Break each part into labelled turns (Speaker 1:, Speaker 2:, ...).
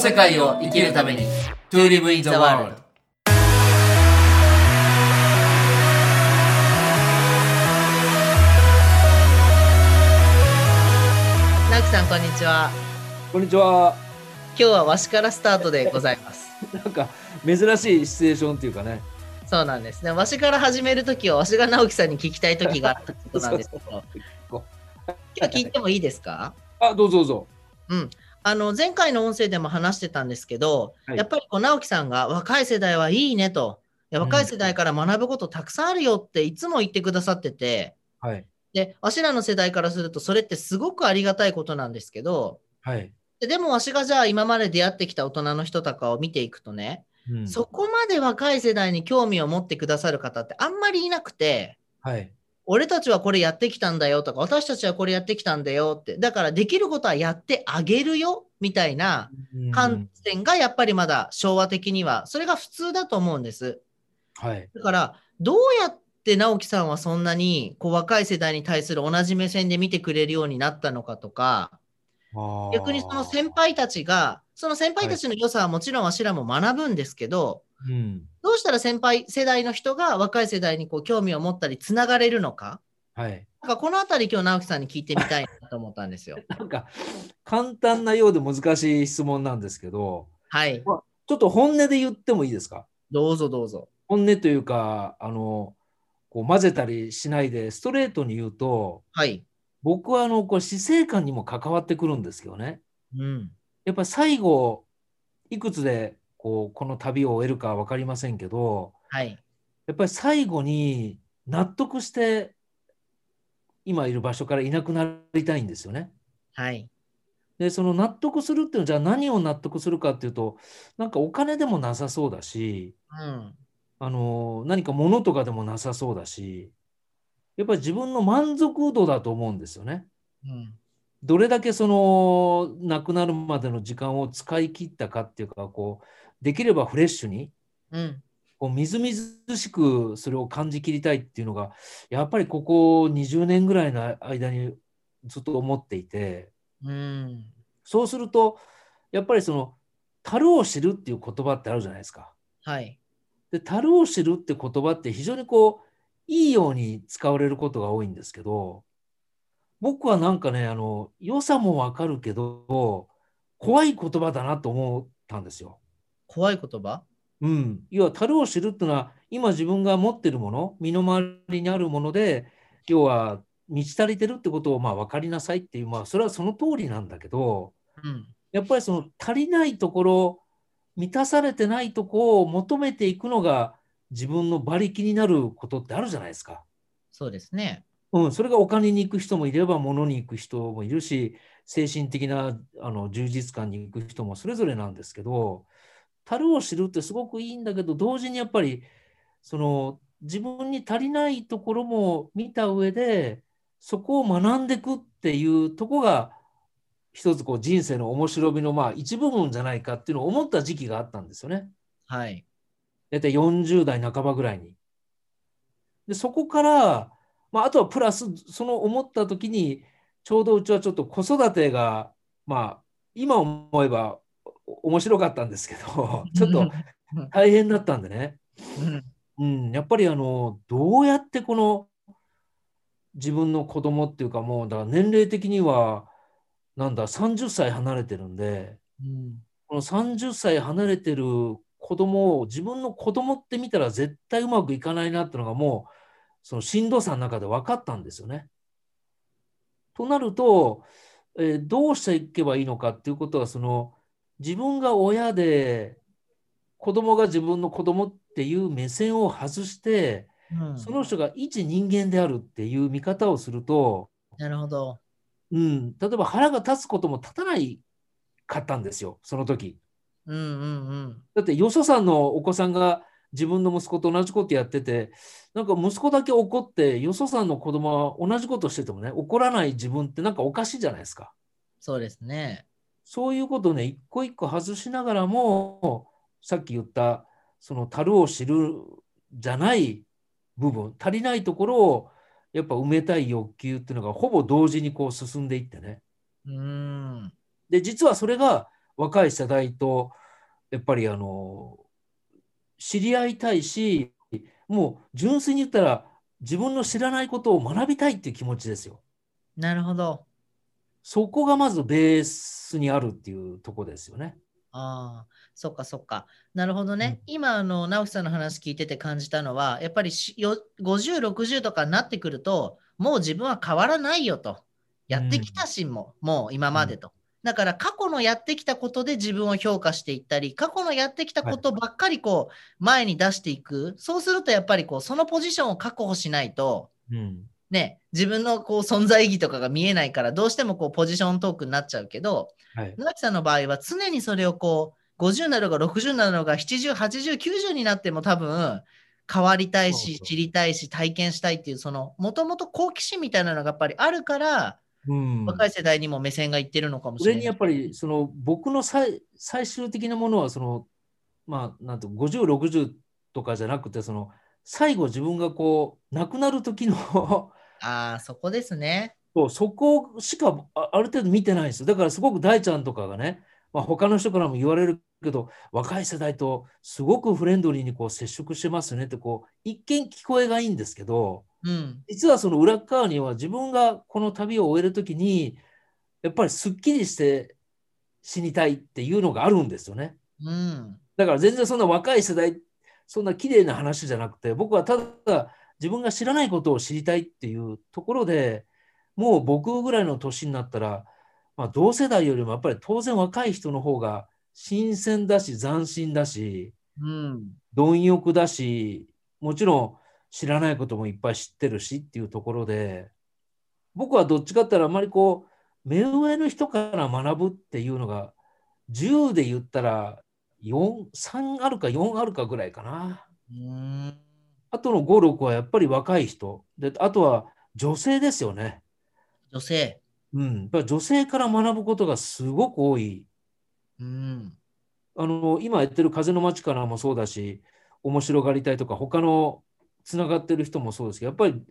Speaker 1: 世界を生きるために To live in the world
Speaker 2: なきさんこんにちは
Speaker 3: こんにちは。
Speaker 2: 今日はわしからスタートでございます
Speaker 3: なんか珍しいシチュエーションっていうかね。
Speaker 2: そうなんですねわしから始めるときはわしが直樹さんに聞きたいときがあったってことなんですけど
Speaker 3: そう
Speaker 2: 今日聞いてもいいですか
Speaker 3: あ、どうぞどうぞ。
Speaker 2: あの前回の音声でも話してたんですけど、
Speaker 3: はい
Speaker 2: やっぱりこう直樹さんが若い世代はいいねといや
Speaker 3: うん
Speaker 2: 若い世代から学ぶことたくさんあるよっていつも言ってくださってて
Speaker 3: はい。
Speaker 2: でわしらの世代からするとそれってすごくありがたいことなんですけど
Speaker 3: はい。
Speaker 2: ででもわしがじゃあ今まで出会ってきた大人の人とかを見ていくとね、
Speaker 3: うん
Speaker 2: そこまで若い世代に興味を持ってくださる方ってあんまりいなくて、
Speaker 3: はい。
Speaker 2: 俺たちはこれやってきたんだよとか、私たちはこれやってきたんだよって、だからできることはやってあげるよみたいな観点がやっぱりまだ昭和的には、それが普通だと思うんです。
Speaker 3: はい。
Speaker 2: だから、どうやって直樹さんはそんなにこう若い世代に対する同じ目線で見てくれるようになったのかとか、逆にその先輩たちが、その先輩たちの良さはもちろんわしらも学ぶんですけど、
Speaker 3: 輩。うん。
Speaker 2: どうしたら先輩世代の人が若い世代にこう興味を持ったりつながれるのか
Speaker 3: はい。
Speaker 2: なんかこのあたり今日直樹さんに聞いてみたいなと思ったんです よ。
Speaker 3: なんか簡単なようで難しい質問なんですけど、
Speaker 2: はい。
Speaker 3: ちょっと本音で言ってもいいですか
Speaker 2: どうぞどうぞ。
Speaker 3: 本音というか、あの、こう混ぜたりしないでストレートに言うと、
Speaker 2: はい。
Speaker 3: 僕はあの、こう死生観にも関わってくるんですけどね。
Speaker 2: うん。
Speaker 3: やっぱ最後、いくつでこうこの旅を終えるか分かりませんけど、
Speaker 2: はい。
Speaker 3: やっぱり最後に納得して今いる場所からいなくなりたいんですよね。
Speaker 2: はい。
Speaker 3: でその納得するっていうのはじゃあ何を納得するかっていうとなんかお金でもなさそうだし
Speaker 2: うん。
Speaker 3: あの何か物とかでもなさそうだしやっぱり自分の満足度だと思うんですよね。
Speaker 2: うん。
Speaker 3: どれだけその亡くなるまでの時間を使い切ったかっていうかこうできればフレッシュに
Speaker 2: うん。
Speaker 3: こうみずみずしくそれを感じきりたいっていうのがやっぱりここ20年ぐらいの間にずっと思っていて
Speaker 2: うん。
Speaker 3: そうするとやっぱりその「樽を知る」っていう言葉ってあるじゃないですか。
Speaker 2: はい。
Speaker 3: で樽を知るって言葉って非常にこういいように使われることが多いんですけど僕はなんかねあの良さもわかるけど怖い言葉だなと思ったんですよ。
Speaker 2: 怖い言葉
Speaker 3: うん、要は樽を知るっていうのは今自分が持ってるもの身の回りにあるもので要は満ち足りてるってことをまあ分かりなさいっていう、まあ、それはその通りなんだけど
Speaker 2: うん。
Speaker 3: やっぱりその足りないところ満たされてないところを求めていくのが自分の馬力になることってあるじゃないですか。
Speaker 2: そうですね。
Speaker 3: うん、それがお金に行く人もいれば物に行く人もいるし精神的なあの充実感に行く人もそれぞれなんですけど樽を知るってすごくいいんだけど同時にやっぱりその自分に足りないところも見た上でそこを学んでいくっていうとこが一つこう人生の面白みのまあ一部分じゃないかっていうのを思った時期があったんですよね。
Speaker 2: はい。
Speaker 3: 大体40代半ばぐらいに。で、そこから、まあ、あとはプラス、その思った時に、ちょうどうちはちょっと子育てが、まあ、今思えばお面白かったんですけど、ちょっと大変だったんでね。
Speaker 2: うん。
Speaker 3: うん、やっぱりあの、どうやってこの自分の子供っていうか、もう、だから年齢的には、なんだ、30歳離れてるんで、
Speaker 2: うん。
Speaker 3: この30歳離れてる子供を自分の子供って見たら絶対うまくいかないなってのがもうそのしんどさの中で分かったんですよね。となると、えーどうしていけばいいのかっていうことはその自分が親で子供が自分の子供っていう目線を外して
Speaker 2: うん
Speaker 3: その人が一人間であるっていう見方をすると、
Speaker 2: なるほど。
Speaker 3: うん、例えば腹が立つことも立たないかったんですよその時。
Speaker 2: うんうんうん。
Speaker 3: だってよそさんのお子さんが自分の息子と同じことやっててなんか息子だけ怒ってよそさんの子供は同じことしててもね怒らない自分ってなんかおかしいじゃないですか
Speaker 2: そうですね。
Speaker 3: そういうことをね一個一個外しながらもさっき言ったその樽を知るじゃない部分足りないところをやっぱ埋めたい欲求っていうのがほぼ同時にこう進んでいってね
Speaker 2: うん。
Speaker 3: で実はそれが若い世代とやっぱりあの知り合いたいしもう純粋に言ったら自分の知らないことを学びたいっていう気持ちですよ。
Speaker 2: なるほど。
Speaker 3: そこがまずベースにあるっていうとこですよね。
Speaker 2: ああ、そっかそっか。なるほどね。今、あの、直樹さんの話聞いてて感じたのは、やっぱりしよ50、60とかになってくると、もう自分は変わらないよと。やってきたしも、もう今までと。だから過去のやってきたことで自分を評価していったり、過去のやってきたことばっかりこう前に出していく。そうするとやっぱりこうそのポジションを確保しないと、
Speaker 3: うん。
Speaker 2: ね、自分のこう存在意義とかが見えないからどうしてもこうポジショントークになっちゃうけど、
Speaker 3: はい。
Speaker 2: 野崎さんの場合は常にそれをこう50なのが60なのが70、80、90になっても多分変わりたいし
Speaker 3: そうそう
Speaker 2: 知りたいし体験したいっていうそのもともと好奇心みたいなのがやっぱりあるから、
Speaker 3: うん。
Speaker 2: 若い世代にも目線がいってるのかもし
Speaker 3: それ
Speaker 2: れな
Speaker 3: に
Speaker 2: い
Speaker 3: やっ。ぱりその僕の最最終的なものはそのまあなんと5060とかじゃなくてその最後自分がこう亡くなる時の
Speaker 2: ああ、そこですね。
Speaker 3: そうそこしかあある程度見てないんですよだからすごく大ちゃんとかがね、まあ、他の人からも言われるけど若い世代とすごくフレンドリーにこう接触してますねってこう一見聞こえがいいんですけど
Speaker 2: うん。
Speaker 3: 実はその裏っ側には自分がこの旅を終えるときにやっぱりすっきりして死にたいっていうのがあるんですよね。
Speaker 2: うん。
Speaker 3: だから全然そんな若い世代そんな綺麗な話じゃなくて僕はただ自分が知らないことを知りたいっていうところでもう僕ぐらいの年になったら、まあ、同世代よりもやっぱり当然若い人の方が新鮮だし斬新だし
Speaker 2: うん。
Speaker 3: 貪欲だしもちろん知らないこともいっぱい知ってるしっていうところで僕はどっちかって言ったらあまりこう目上の人から学ぶっていうのが10で言ったら43あるか4あるかぐらいかな
Speaker 2: うん。
Speaker 3: あとの56はやっぱり若い人であとは女性ですよね、
Speaker 2: 女性。
Speaker 3: うん、やっぱり女性から学ぶことがすごく多い
Speaker 2: うん。
Speaker 3: あの今やってる「風の街から」もそうだし面白がりたいとか他のつながってる人もそうですけどやっぱり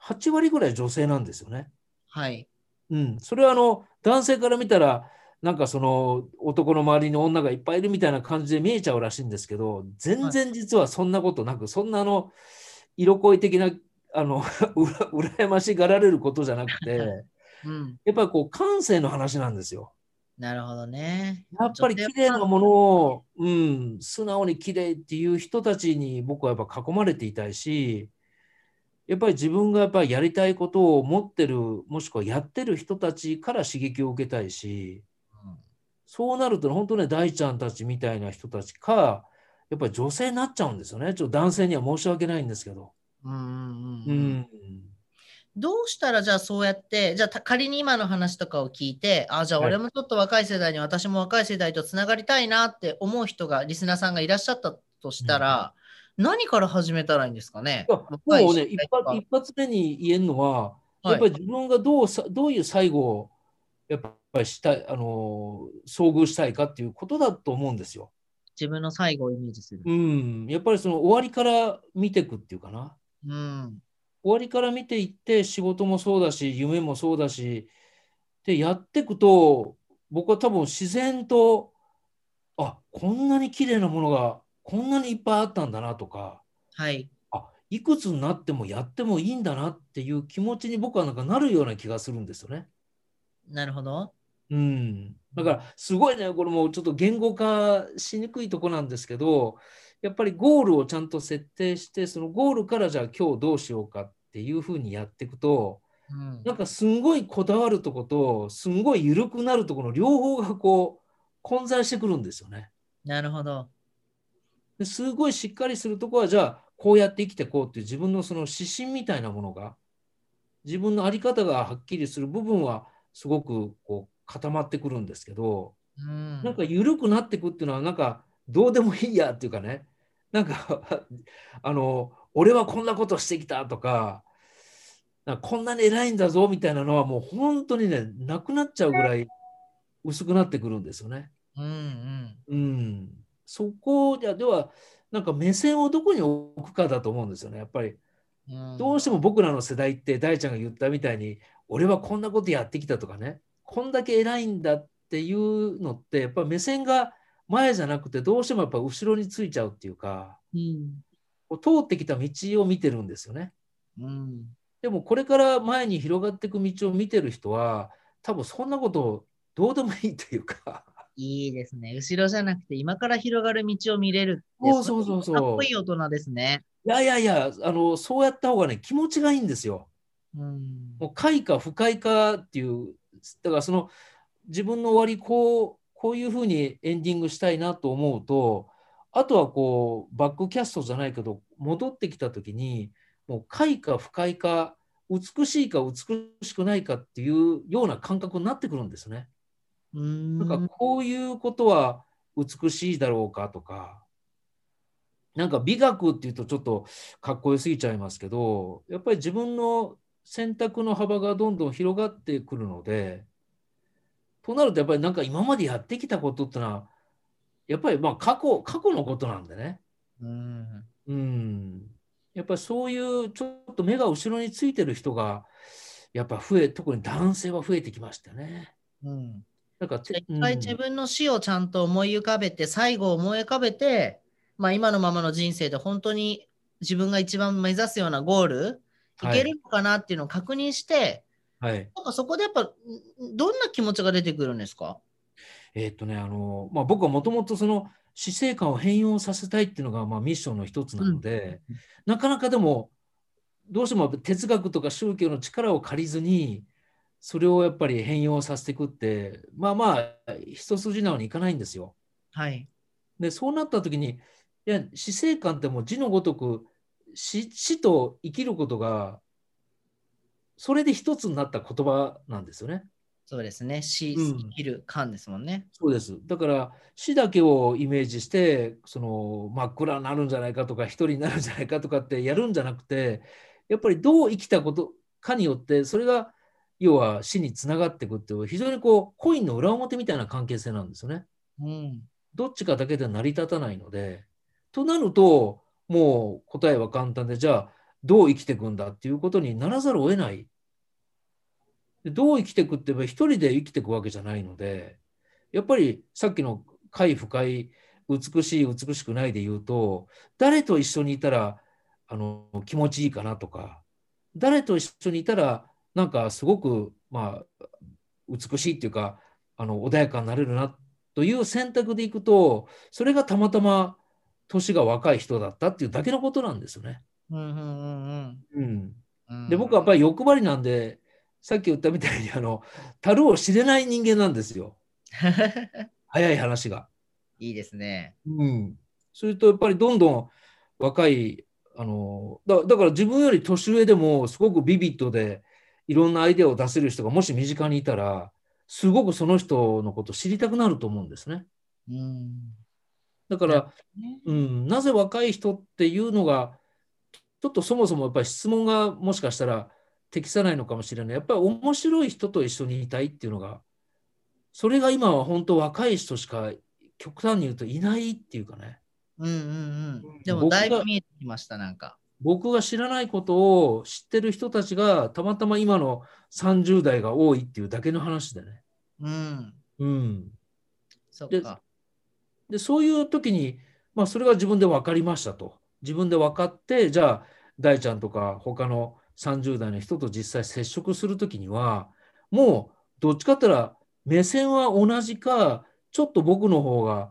Speaker 3: 8割ぐらい女性なんですよね。
Speaker 2: はい。
Speaker 3: うん、それはあの男性から見たらなんかその男の周りに女がいっぱいいるみたいな感じで見えちゃうらしいんですけど全然実はそんなことなく、そんなあの色恋的なあの うら羨ましがられることじゃなくて
Speaker 2: うん。
Speaker 3: やっぱりこう感性の話なんですよ。
Speaker 2: なるほどね。
Speaker 3: やっぱり綺麗なものを、うん、素直に綺麗っていう人たちに僕はやっぱ囲まれていたいし、やっぱり自分がやっぱりやりたいことを持ってる、もしくはやってる人たちから刺激を受けたいし、
Speaker 2: うん
Speaker 3: そうなると本当ね、大ちゃんたちみたいな人たちか、やっぱり女性になっちゃうんですよね。ちょっと男性には申し訳ないんですけど。
Speaker 2: うんうん
Speaker 3: う
Speaker 2: うんうん。
Speaker 3: ん。
Speaker 2: どうしたらじゃあそうやって、じゃあた仮に今の話とかを聞いて、あじゃあ
Speaker 3: はい
Speaker 2: 俺もちょっと若い世代に、私も若い世代とつながりたいなって思う人が、リスナーさんがいらっしゃったとしたら、何から始めたらいいんですかね
Speaker 3: いや
Speaker 2: 若い
Speaker 3: もうね
Speaker 2: 世
Speaker 3: 一
Speaker 2: 代とか
Speaker 3: 発、一発目に言えるのは、
Speaker 2: はい
Speaker 3: やっぱり自分がどうさどういう最後をやっぱりしたいあの遭遇したいかっていうことだと思うんですよ。
Speaker 2: 自分の最後をイメージする。
Speaker 3: うん、やっぱりその終わりから見ていくっていうかな。
Speaker 2: うん。
Speaker 3: 終わりから見ていって仕事もそうだし夢もそうだしでやっていくと僕は多分自然とあこんなに綺麗なものがこんなにいっぱいあったんだなとか
Speaker 2: はい。
Speaker 3: あいくつになってもやってもいいんだなっていう気持ちに僕はなんかなるような気がするんですよね。
Speaker 2: なるほど。
Speaker 3: うん、だからすごいねこれもうちょっと言語化しにくいとこなんですけどやっぱりゴールをちゃんと設定してそのゴールからじゃあ今日どうしようかっていうふうにやっていくと
Speaker 2: うん
Speaker 3: なんかすんごいこだわるとことすんごい緩くなるとこの両方がこう混在してくるんですよね。
Speaker 2: なるほど。
Speaker 3: ですごいしっかりするとこはじゃあこうやって生きてこうっていう自分のその指針みたいなものが自分の在り方がはっきりする部分はすごくこう固まってくるんですけど。
Speaker 2: うん
Speaker 3: なんか緩くなってくっていうのはなんかどうでもいいやっていうかねなんか あの俺はこんなことしてきたとかなんかこんなに偉いんだぞみたいなのはもう本当にねなくなっちゃうぐらい薄くなってくるんですよね。
Speaker 2: うんうん。
Speaker 3: うん、そこじゃではなんか目線をどこに置くかだと思うんですよねやっぱり。
Speaker 2: うん
Speaker 3: どうしても僕らの世代って大ちゃんが言ったみたいに俺はこんなことやってきたとかねこんだけ偉いんだっっていうのってやっぱ目線が前じゃなくてどうしてもやっぱ後ろについちゃうっていうか
Speaker 2: うん。
Speaker 3: こう通ってきた道を見てるんですよね。
Speaker 2: うん。
Speaker 3: でもこれから前に広がっていく道を見てる人は多分そんなことどうでもいいというか
Speaker 2: いいですね。後ろじゃなくて、今から広がる道を見れるって。
Speaker 3: そうそうそうそう
Speaker 2: かっこいい大人ですね。
Speaker 3: いやいやいやあのそうやった方がね気持ちがいいんですよ。
Speaker 2: うん。
Speaker 3: もう快か不快かっていうだからその自分の終わりこうこういうふうにエンディングしたいなと思うとあとはこうバックキャストじゃないけど戻ってきた時にもう快か不快か美しいか美しくないかっていうような感覚になってくるんですね。
Speaker 2: うん。
Speaker 3: なんかこういうことは美しいだろうかとか、なんか美学っていうとちょっとかっこよすぎちゃいますけど、やっぱり自分の選択の幅がどんどん広がってくるので、となるとやっぱりなんか今までやってきたことってのは、やっぱりまあ過去、過去のことなんでね。
Speaker 2: うん。
Speaker 3: うん。やっぱりそういうちょっと目が後ろについてる人が、やっぱ増え、特に男性は増えてきましたね。
Speaker 2: うん。
Speaker 3: なんかて、
Speaker 2: 一回
Speaker 3: うん
Speaker 2: 自分の死をちゃんと思い浮かべて、最後を思い浮かべて、まあ今のままの人生で本当に自分が一番目指すようなゴール、いけるのかなっていうのを確認して、
Speaker 3: はい、
Speaker 2: なんかそこでやっぱ、んどんな気持ちが出てくるんですか
Speaker 3: えーっとね、あの、まあ、僕はもともとその死生観を変容させたいっていうのが、まあ、ミッションの一つなので、なかなかでも、どうしてもやっぱ哲学とか宗教の力を借りずに、それをやっぱり変容させていくって、まあまあ、一筋縄にいかないんですよ。
Speaker 2: はい。
Speaker 3: で、そうなった時に、いや、死生観ってもう字のごとく死、死と生きることが、それで一つになった言葉なんですよね。
Speaker 2: そうですね。死、
Speaker 3: うん
Speaker 2: 生きる感ですもんね。
Speaker 3: そうです。だから死だけをイメージしてその真っ暗になるんじゃないかとか一人になるんじゃないかとかってやるんじゃなくてやっぱりどう生きたことかによってそれが要は死につながっていくっていう非常にこうコインの裏表みたいな関係性なんですよね。
Speaker 2: うん。
Speaker 3: どっちかだけでは成り立たないので。となるともう答えは簡単でじゃあどう生きていくんだっていうことにならざるを得ない。でどう生きていくって言えば一人で生きていくわけじゃないのでやっぱりさっきの快不快美しい美しくないで言うと誰と一緒にいたらあの気持ちいいかなとか誰と一緒にいたらなんかすごくまあ美しいっていうかあの穏やかになれるなという選択でいくとそれがたまたま年が若い人だったっていうだけのことなんですよね。
Speaker 2: うんうんうん
Speaker 3: うん、
Speaker 2: うん。
Speaker 3: で僕はやっぱり欲張りなんでさっき言ったみたいにあの樽を知れない人間なんですよ
Speaker 2: り。
Speaker 3: 早い話が。
Speaker 2: いいですね。
Speaker 3: うん、それとやっぱりどんどん若いあのだだから自分より年上でもすごくビビッドでいろんなアイデアを出せる人がもし身近にいたらすごくその人のことを知りたくなると思うんですね。
Speaker 2: うん。
Speaker 3: だから、うん、なぜ若い人っていうのがちょっとそもそもやっぱり質問がもしかしたら適さないのかもしれないやっぱり面白い人と一緒にいたいっていうのがそれが今は本当若い人しか極端に言うといないっていうかね
Speaker 2: うんうん
Speaker 3: う
Speaker 2: うんん。でもだいぶ見えてきました、なんか。
Speaker 3: 僕が知らないことを知ってる人たちがたまたま今の30代が多いっていうだけの話でね。
Speaker 2: うん。
Speaker 3: うん、
Speaker 2: そっ
Speaker 3: で
Speaker 2: か。
Speaker 3: でそういう時に、まあ、それが自分で分かりましたと。自分で分かって、じゃあ、大ちゃんとか他の30代の人と実際接触するときには、もうどっちかって言ったら、目線は同じか、ちょっと僕の方が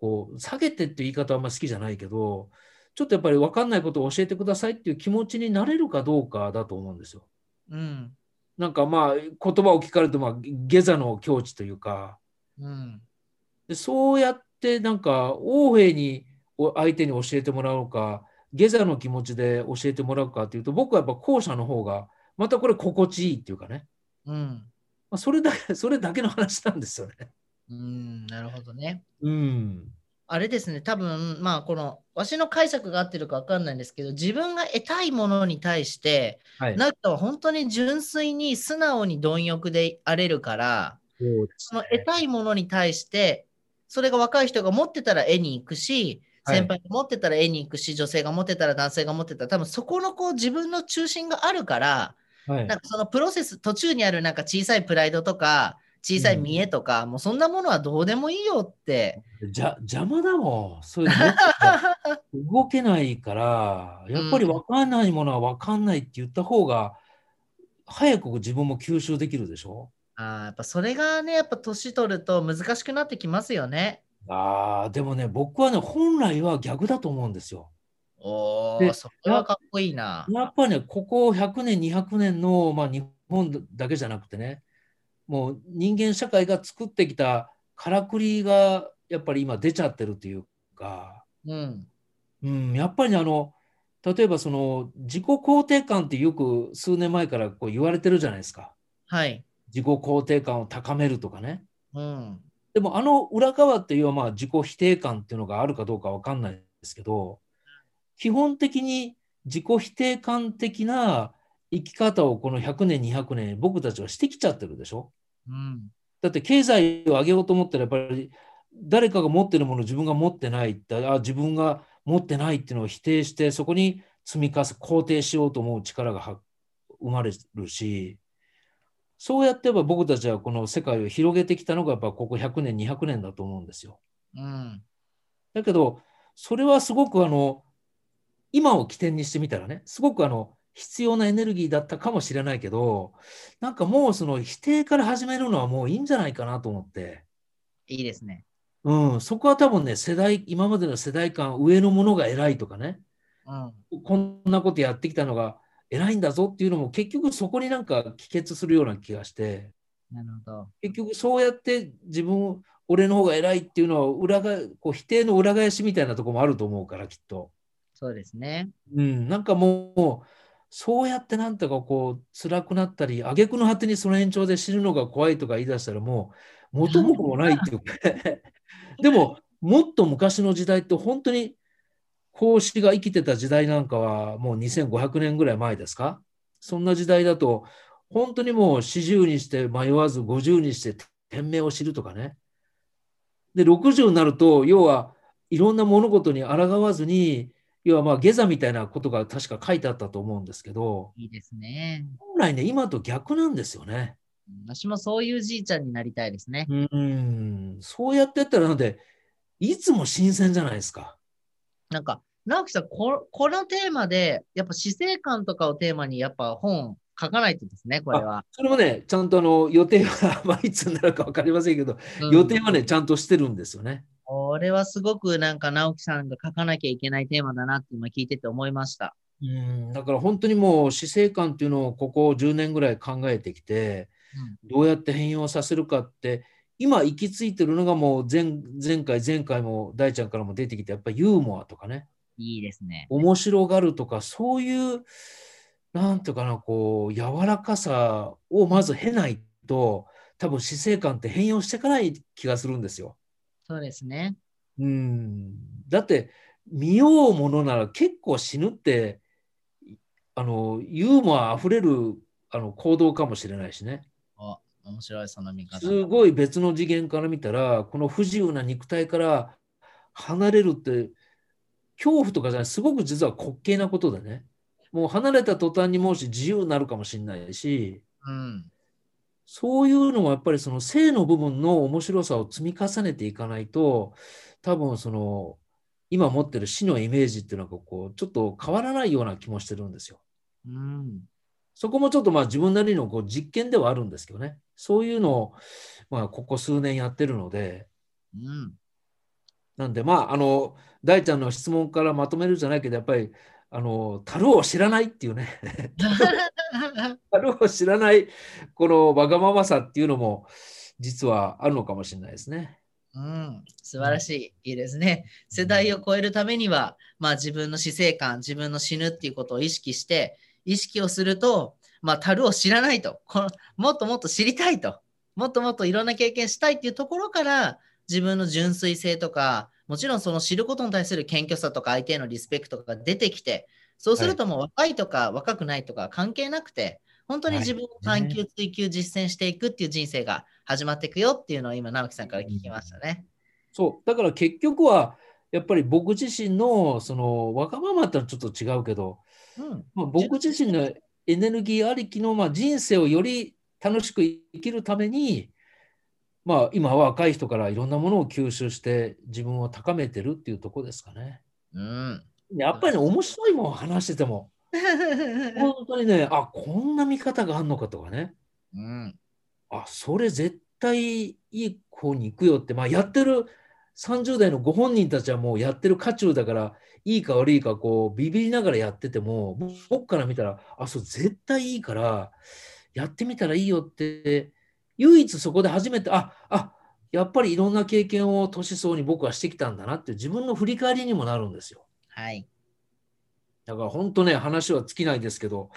Speaker 3: こう下げてっていう言い方はあんま好きじゃないけど、ちょっとやっぱり分かんないことを教えてくださいっていう気持ちになれるかどうかだと思うんですよ。
Speaker 2: うん。
Speaker 3: なんかまあ言葉を聞かれるとまあ下座の境地というか、
Speaker 2: うん。
Speaker 3: でそうやってなんか横柄にお相手に教えてもらうか下座の気持ちで教えてもらうかっていうと僕はやっぱ後者の方がまたこれ心地いいっていうかね、
Speaker 2: うん。
Speaker 3: まあ、それだけ それだけの話なんですよね。
Speaker 2: うん。なるほどね。
Speaker 3: うん、
Speaker 2: あれですね、多分まあ、この、わしの解釈が合ってるか分かんないんですけど、自分が得たいものに対して、
Speaker 3: はい、
Speaker 2: なんか本当に純粋に素直に貪欲であれるから、
Speaker 3: そうです
Speaker 2: その得たいものに対して、それが若い人が持ってたら絵に行くし、
Speaker 3: はい
Speaker 2: 先輩が持ってたら絵に行くし、女性が持ってたら男性が持ってたら、多分そこのこう自分の中心があるから、
Speaker 3: はい
Speaker 2: なんかそのプロセス、途中にあるなんか小さいプライドとか、小さい見栄とか、もうそんなものはどうでもいいよって。
Speaker 3: じゃ邪魔だもん。そういうの動けないから、 やっぱり分かんないものは分かんないって言った方が、早く自分も吸収できるでしょ
Speaker 2: あーやっぱそれがね、やっぱ年取ると難しくなってきますよね。
Speaker 3: ああ、でもね、僕はね、本来は逆だと思うんですよ。
Speaker 2: お
Speaker 3: で
Speaker 2: お、それはかっこいいな。
Speaker 3: やっぱりね、ここ100年、200年の、まあ、日本だけじゃなくてね、もう人間社会が作ってきたからくりが、やっぱり今出ちゃってるというか、
Speaker 2: うん。
Speaker 3: うん、やっぱりねあの例えばその自己肯定感ってよく数年前からこう言われてるじゃないですか
Speaker 2: はい。
Speaker 3: 自己肯定感を高めるとかね
Speaker 2: うん。
Speaker 3: でもあの裏側っていうのはまあ自己否定感っていうのがあるかどうかわかんないですけど基本的に自己否定感的な生き方をこの100年200年僕たちはしてきちゃってるでしょ
Speaker 2: うん。
Speaker 3: だって経済を上げようと思ったらやっぱり誰かが持ってるものを自分が持ってないってあ自分が持ってないっていうのを否定してそこに積み重ね肯定しようと思う力がは生まれるしそうやってやっぱ僕たちはこの世界を広げてきたのがやっぱここ100年200年だと思うんですよ。
Speaker 2: うん。
Speaker 3: だけどそれはすごくあの今を起点にしてみたらねすごくあの必要なエネルギーだったかもしれないけどなんかもうその否定から始めるのはもういいんじゃないかなと思って。
Speaker 2: いいですね。
Speaker 3: うん、そこは多分ね、世代、今までの世代間、上の者が偉いとかね、
Speaker 2: うん。
Speaker 3: こんなことやってきたのが偉いんだぞっていうのも、結局そこになんか帰結するような気がして、
Speaker 2: なるほど。
Speaker 3: 結局そうやって自分、俺の方が偉いっていうのは裏が、こう否定の裏返しみたいなところもあると思うから、きっと。
Speaker 2: そうですね。
Speaker 3: うん、なんかもう、そうやってなんとかこう、辛くなったり、挙句の果てにその延長で死ぬのが怖いとか言い出したら、もう、元も子もないっていうか でも、もっと昔の時代って、本当に、孔子が生きてた時代なんかは、もう2500年ぐらい前ですかそんな時代だと、本当にもう40にして迷わず、50にして天命を知るとかね。で、60になると、要はいろんな物事に抗わずに、要はまあ下座みたいなことが確か書いてあったと思うんですけど、
Speaker 2: いいですね。
Speaker 3: 本来ね、今と逆なんですよね。
Speaker 2: 私もそういうじいちゃんになりたいですね。
Speaker 3: うん、そうやってったら、なんで、いつも新鮮じゃないですか。
Speaker 2: なんか、直樹さん、ここのテーマで、やっぱ死生観とかをテーマに、やっぱ本書かないとですね、これは。
Speaker 3: それもね、ちゃんとあの予定は、まあ、いつになるか分かりませんけど、
Speaker 2: うん
Speaker 3: 予定はね、ちゃんとしてるんですよね。
Speaker 2: これはすごくなんか直樹さんが書かなきゃいけないテーマだなって今聞いてて思いました。
Speaker 3: うん、だから本当にもう、死生観っていうのをここ10年ぐらい考えてきて、どうやって変容させるかって、今行き着いてるのがもう前前回、前回も大ちゃんからも出てきて、やっぱりユーモアとかね、
Speaker 2: いいですね。
Speaker 3: 面白がるとかそういうなんていうかなこう柔らかさをまず経ないと多分死生観って変容していかない気がするんですよ。
Speaker 2: そうですね。
Speaker 3: うんだって見ようものなら結構死ぬってあのユーモアあふれるあの行動かもしれないしね。
Speaker 2: 面白い、その見方。
Speaker 3: すごい別の次元から見たら、この不自由な肉体から離れるって、恐怖とかじゃない、すごく実は滑稽なことでね。もう離れた途端にもし自由になるかもしれないし、
Speaker 2: うん。
Speaker 3: そういうのはやっぱりその性の部分の面白さを積み重ねていかないと、多分その今持ってる死のイメージっていうのがこうちょっと変わらないような気もしてるんですよ。
Speaker 2: うん。
Speaker 3: そこもちょっとまあ自分なりのこう実験ではあるんですけどね、そういうのをまあここ数年やってるので、
Speaker 2: うん。
Speaker 3: なんでまあ、あの、大ちゃんの質問からまとめるじゃないけど、やっぱり、あの、樽を知らないっていうね、 樽を知らない、このわがままさっていうのも、実はあるのかもしれないですね。
Speaker 2: うん、素晴らしい、いいですね。世代を超えるためには、まあ、自分の死生観、自分の死ぬっていうことを意識して、意識をすると、まあ、樽を知らないとこの、もっともっと知りたいと、もっともっといろんな経験したいっていうところから、自分の純粋性とか、もちろんその知ることに対する謙虚さとか、相手へのリスペクトが出てきて、そうするともう若いとか若くないとか関係なくて、本当に自分を探求、追求、実践していくっていう人生が始まっていくよっていうのを今、直樹さんから聞きましたね。
Speaker 3: そう、だから結局は、やっぱり僕自身の、その、わがままってのはちょっと違うけど、
Speaker 2: うん、
Speaker 3: まあ、僕自身のエネルギーありきの、まあ、人生をより楽しく生きるためにまあ、今は若い人からいろんなものを吸収して自分を高めてるっていうとこですかね。
Speaker 1: うん。
Speaker 3: やっぱりね、面白いもん話してても、本当にね、あこんな見方があるのかとかね、
Speaker 1: うん。
Speaker 3: あそれ絶対いい方に行くよって、まあ、やってる30代のご本人たちはもうやってる渦中だから、いいか悪いかこうビビりながらやってても、僕から見たら、あ、そう、絶対いいから、やってみたらいいよって、唯一そこで初めて、ああやっぱりいろんな経験を年相応に僕はしてきたんだなって、自分の振り返りにもなるんですよ。
Speaker 2: はい。
Speaker 3: だから本当ね、話は尽きないですけど、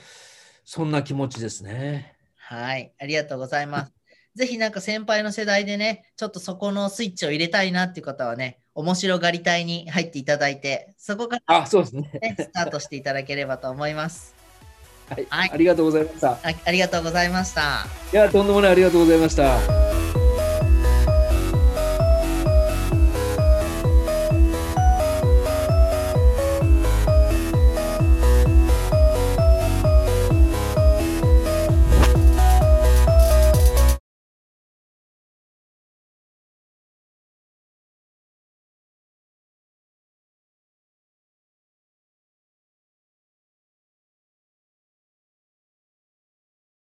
Speaker 3: そんな気持ちですね。
Speaker 2: はい。ありがとうございます。 ぜひなんか先輩の世代でね、ちょっとそこのスイッチを入れたいなっていう方はね、面白がり隊に入っていただいて、そこから
Speaker 3: あ、そうですね。
Speaker 2: ね、スタートしていただければと思います。
Speaker 3: はい、
Speaker 2: はい
Speaker 3: ありがとうございました。
Speaker 2: あありがとうございました。
Speaker 3: いや、とんでもない、ありがとうございました。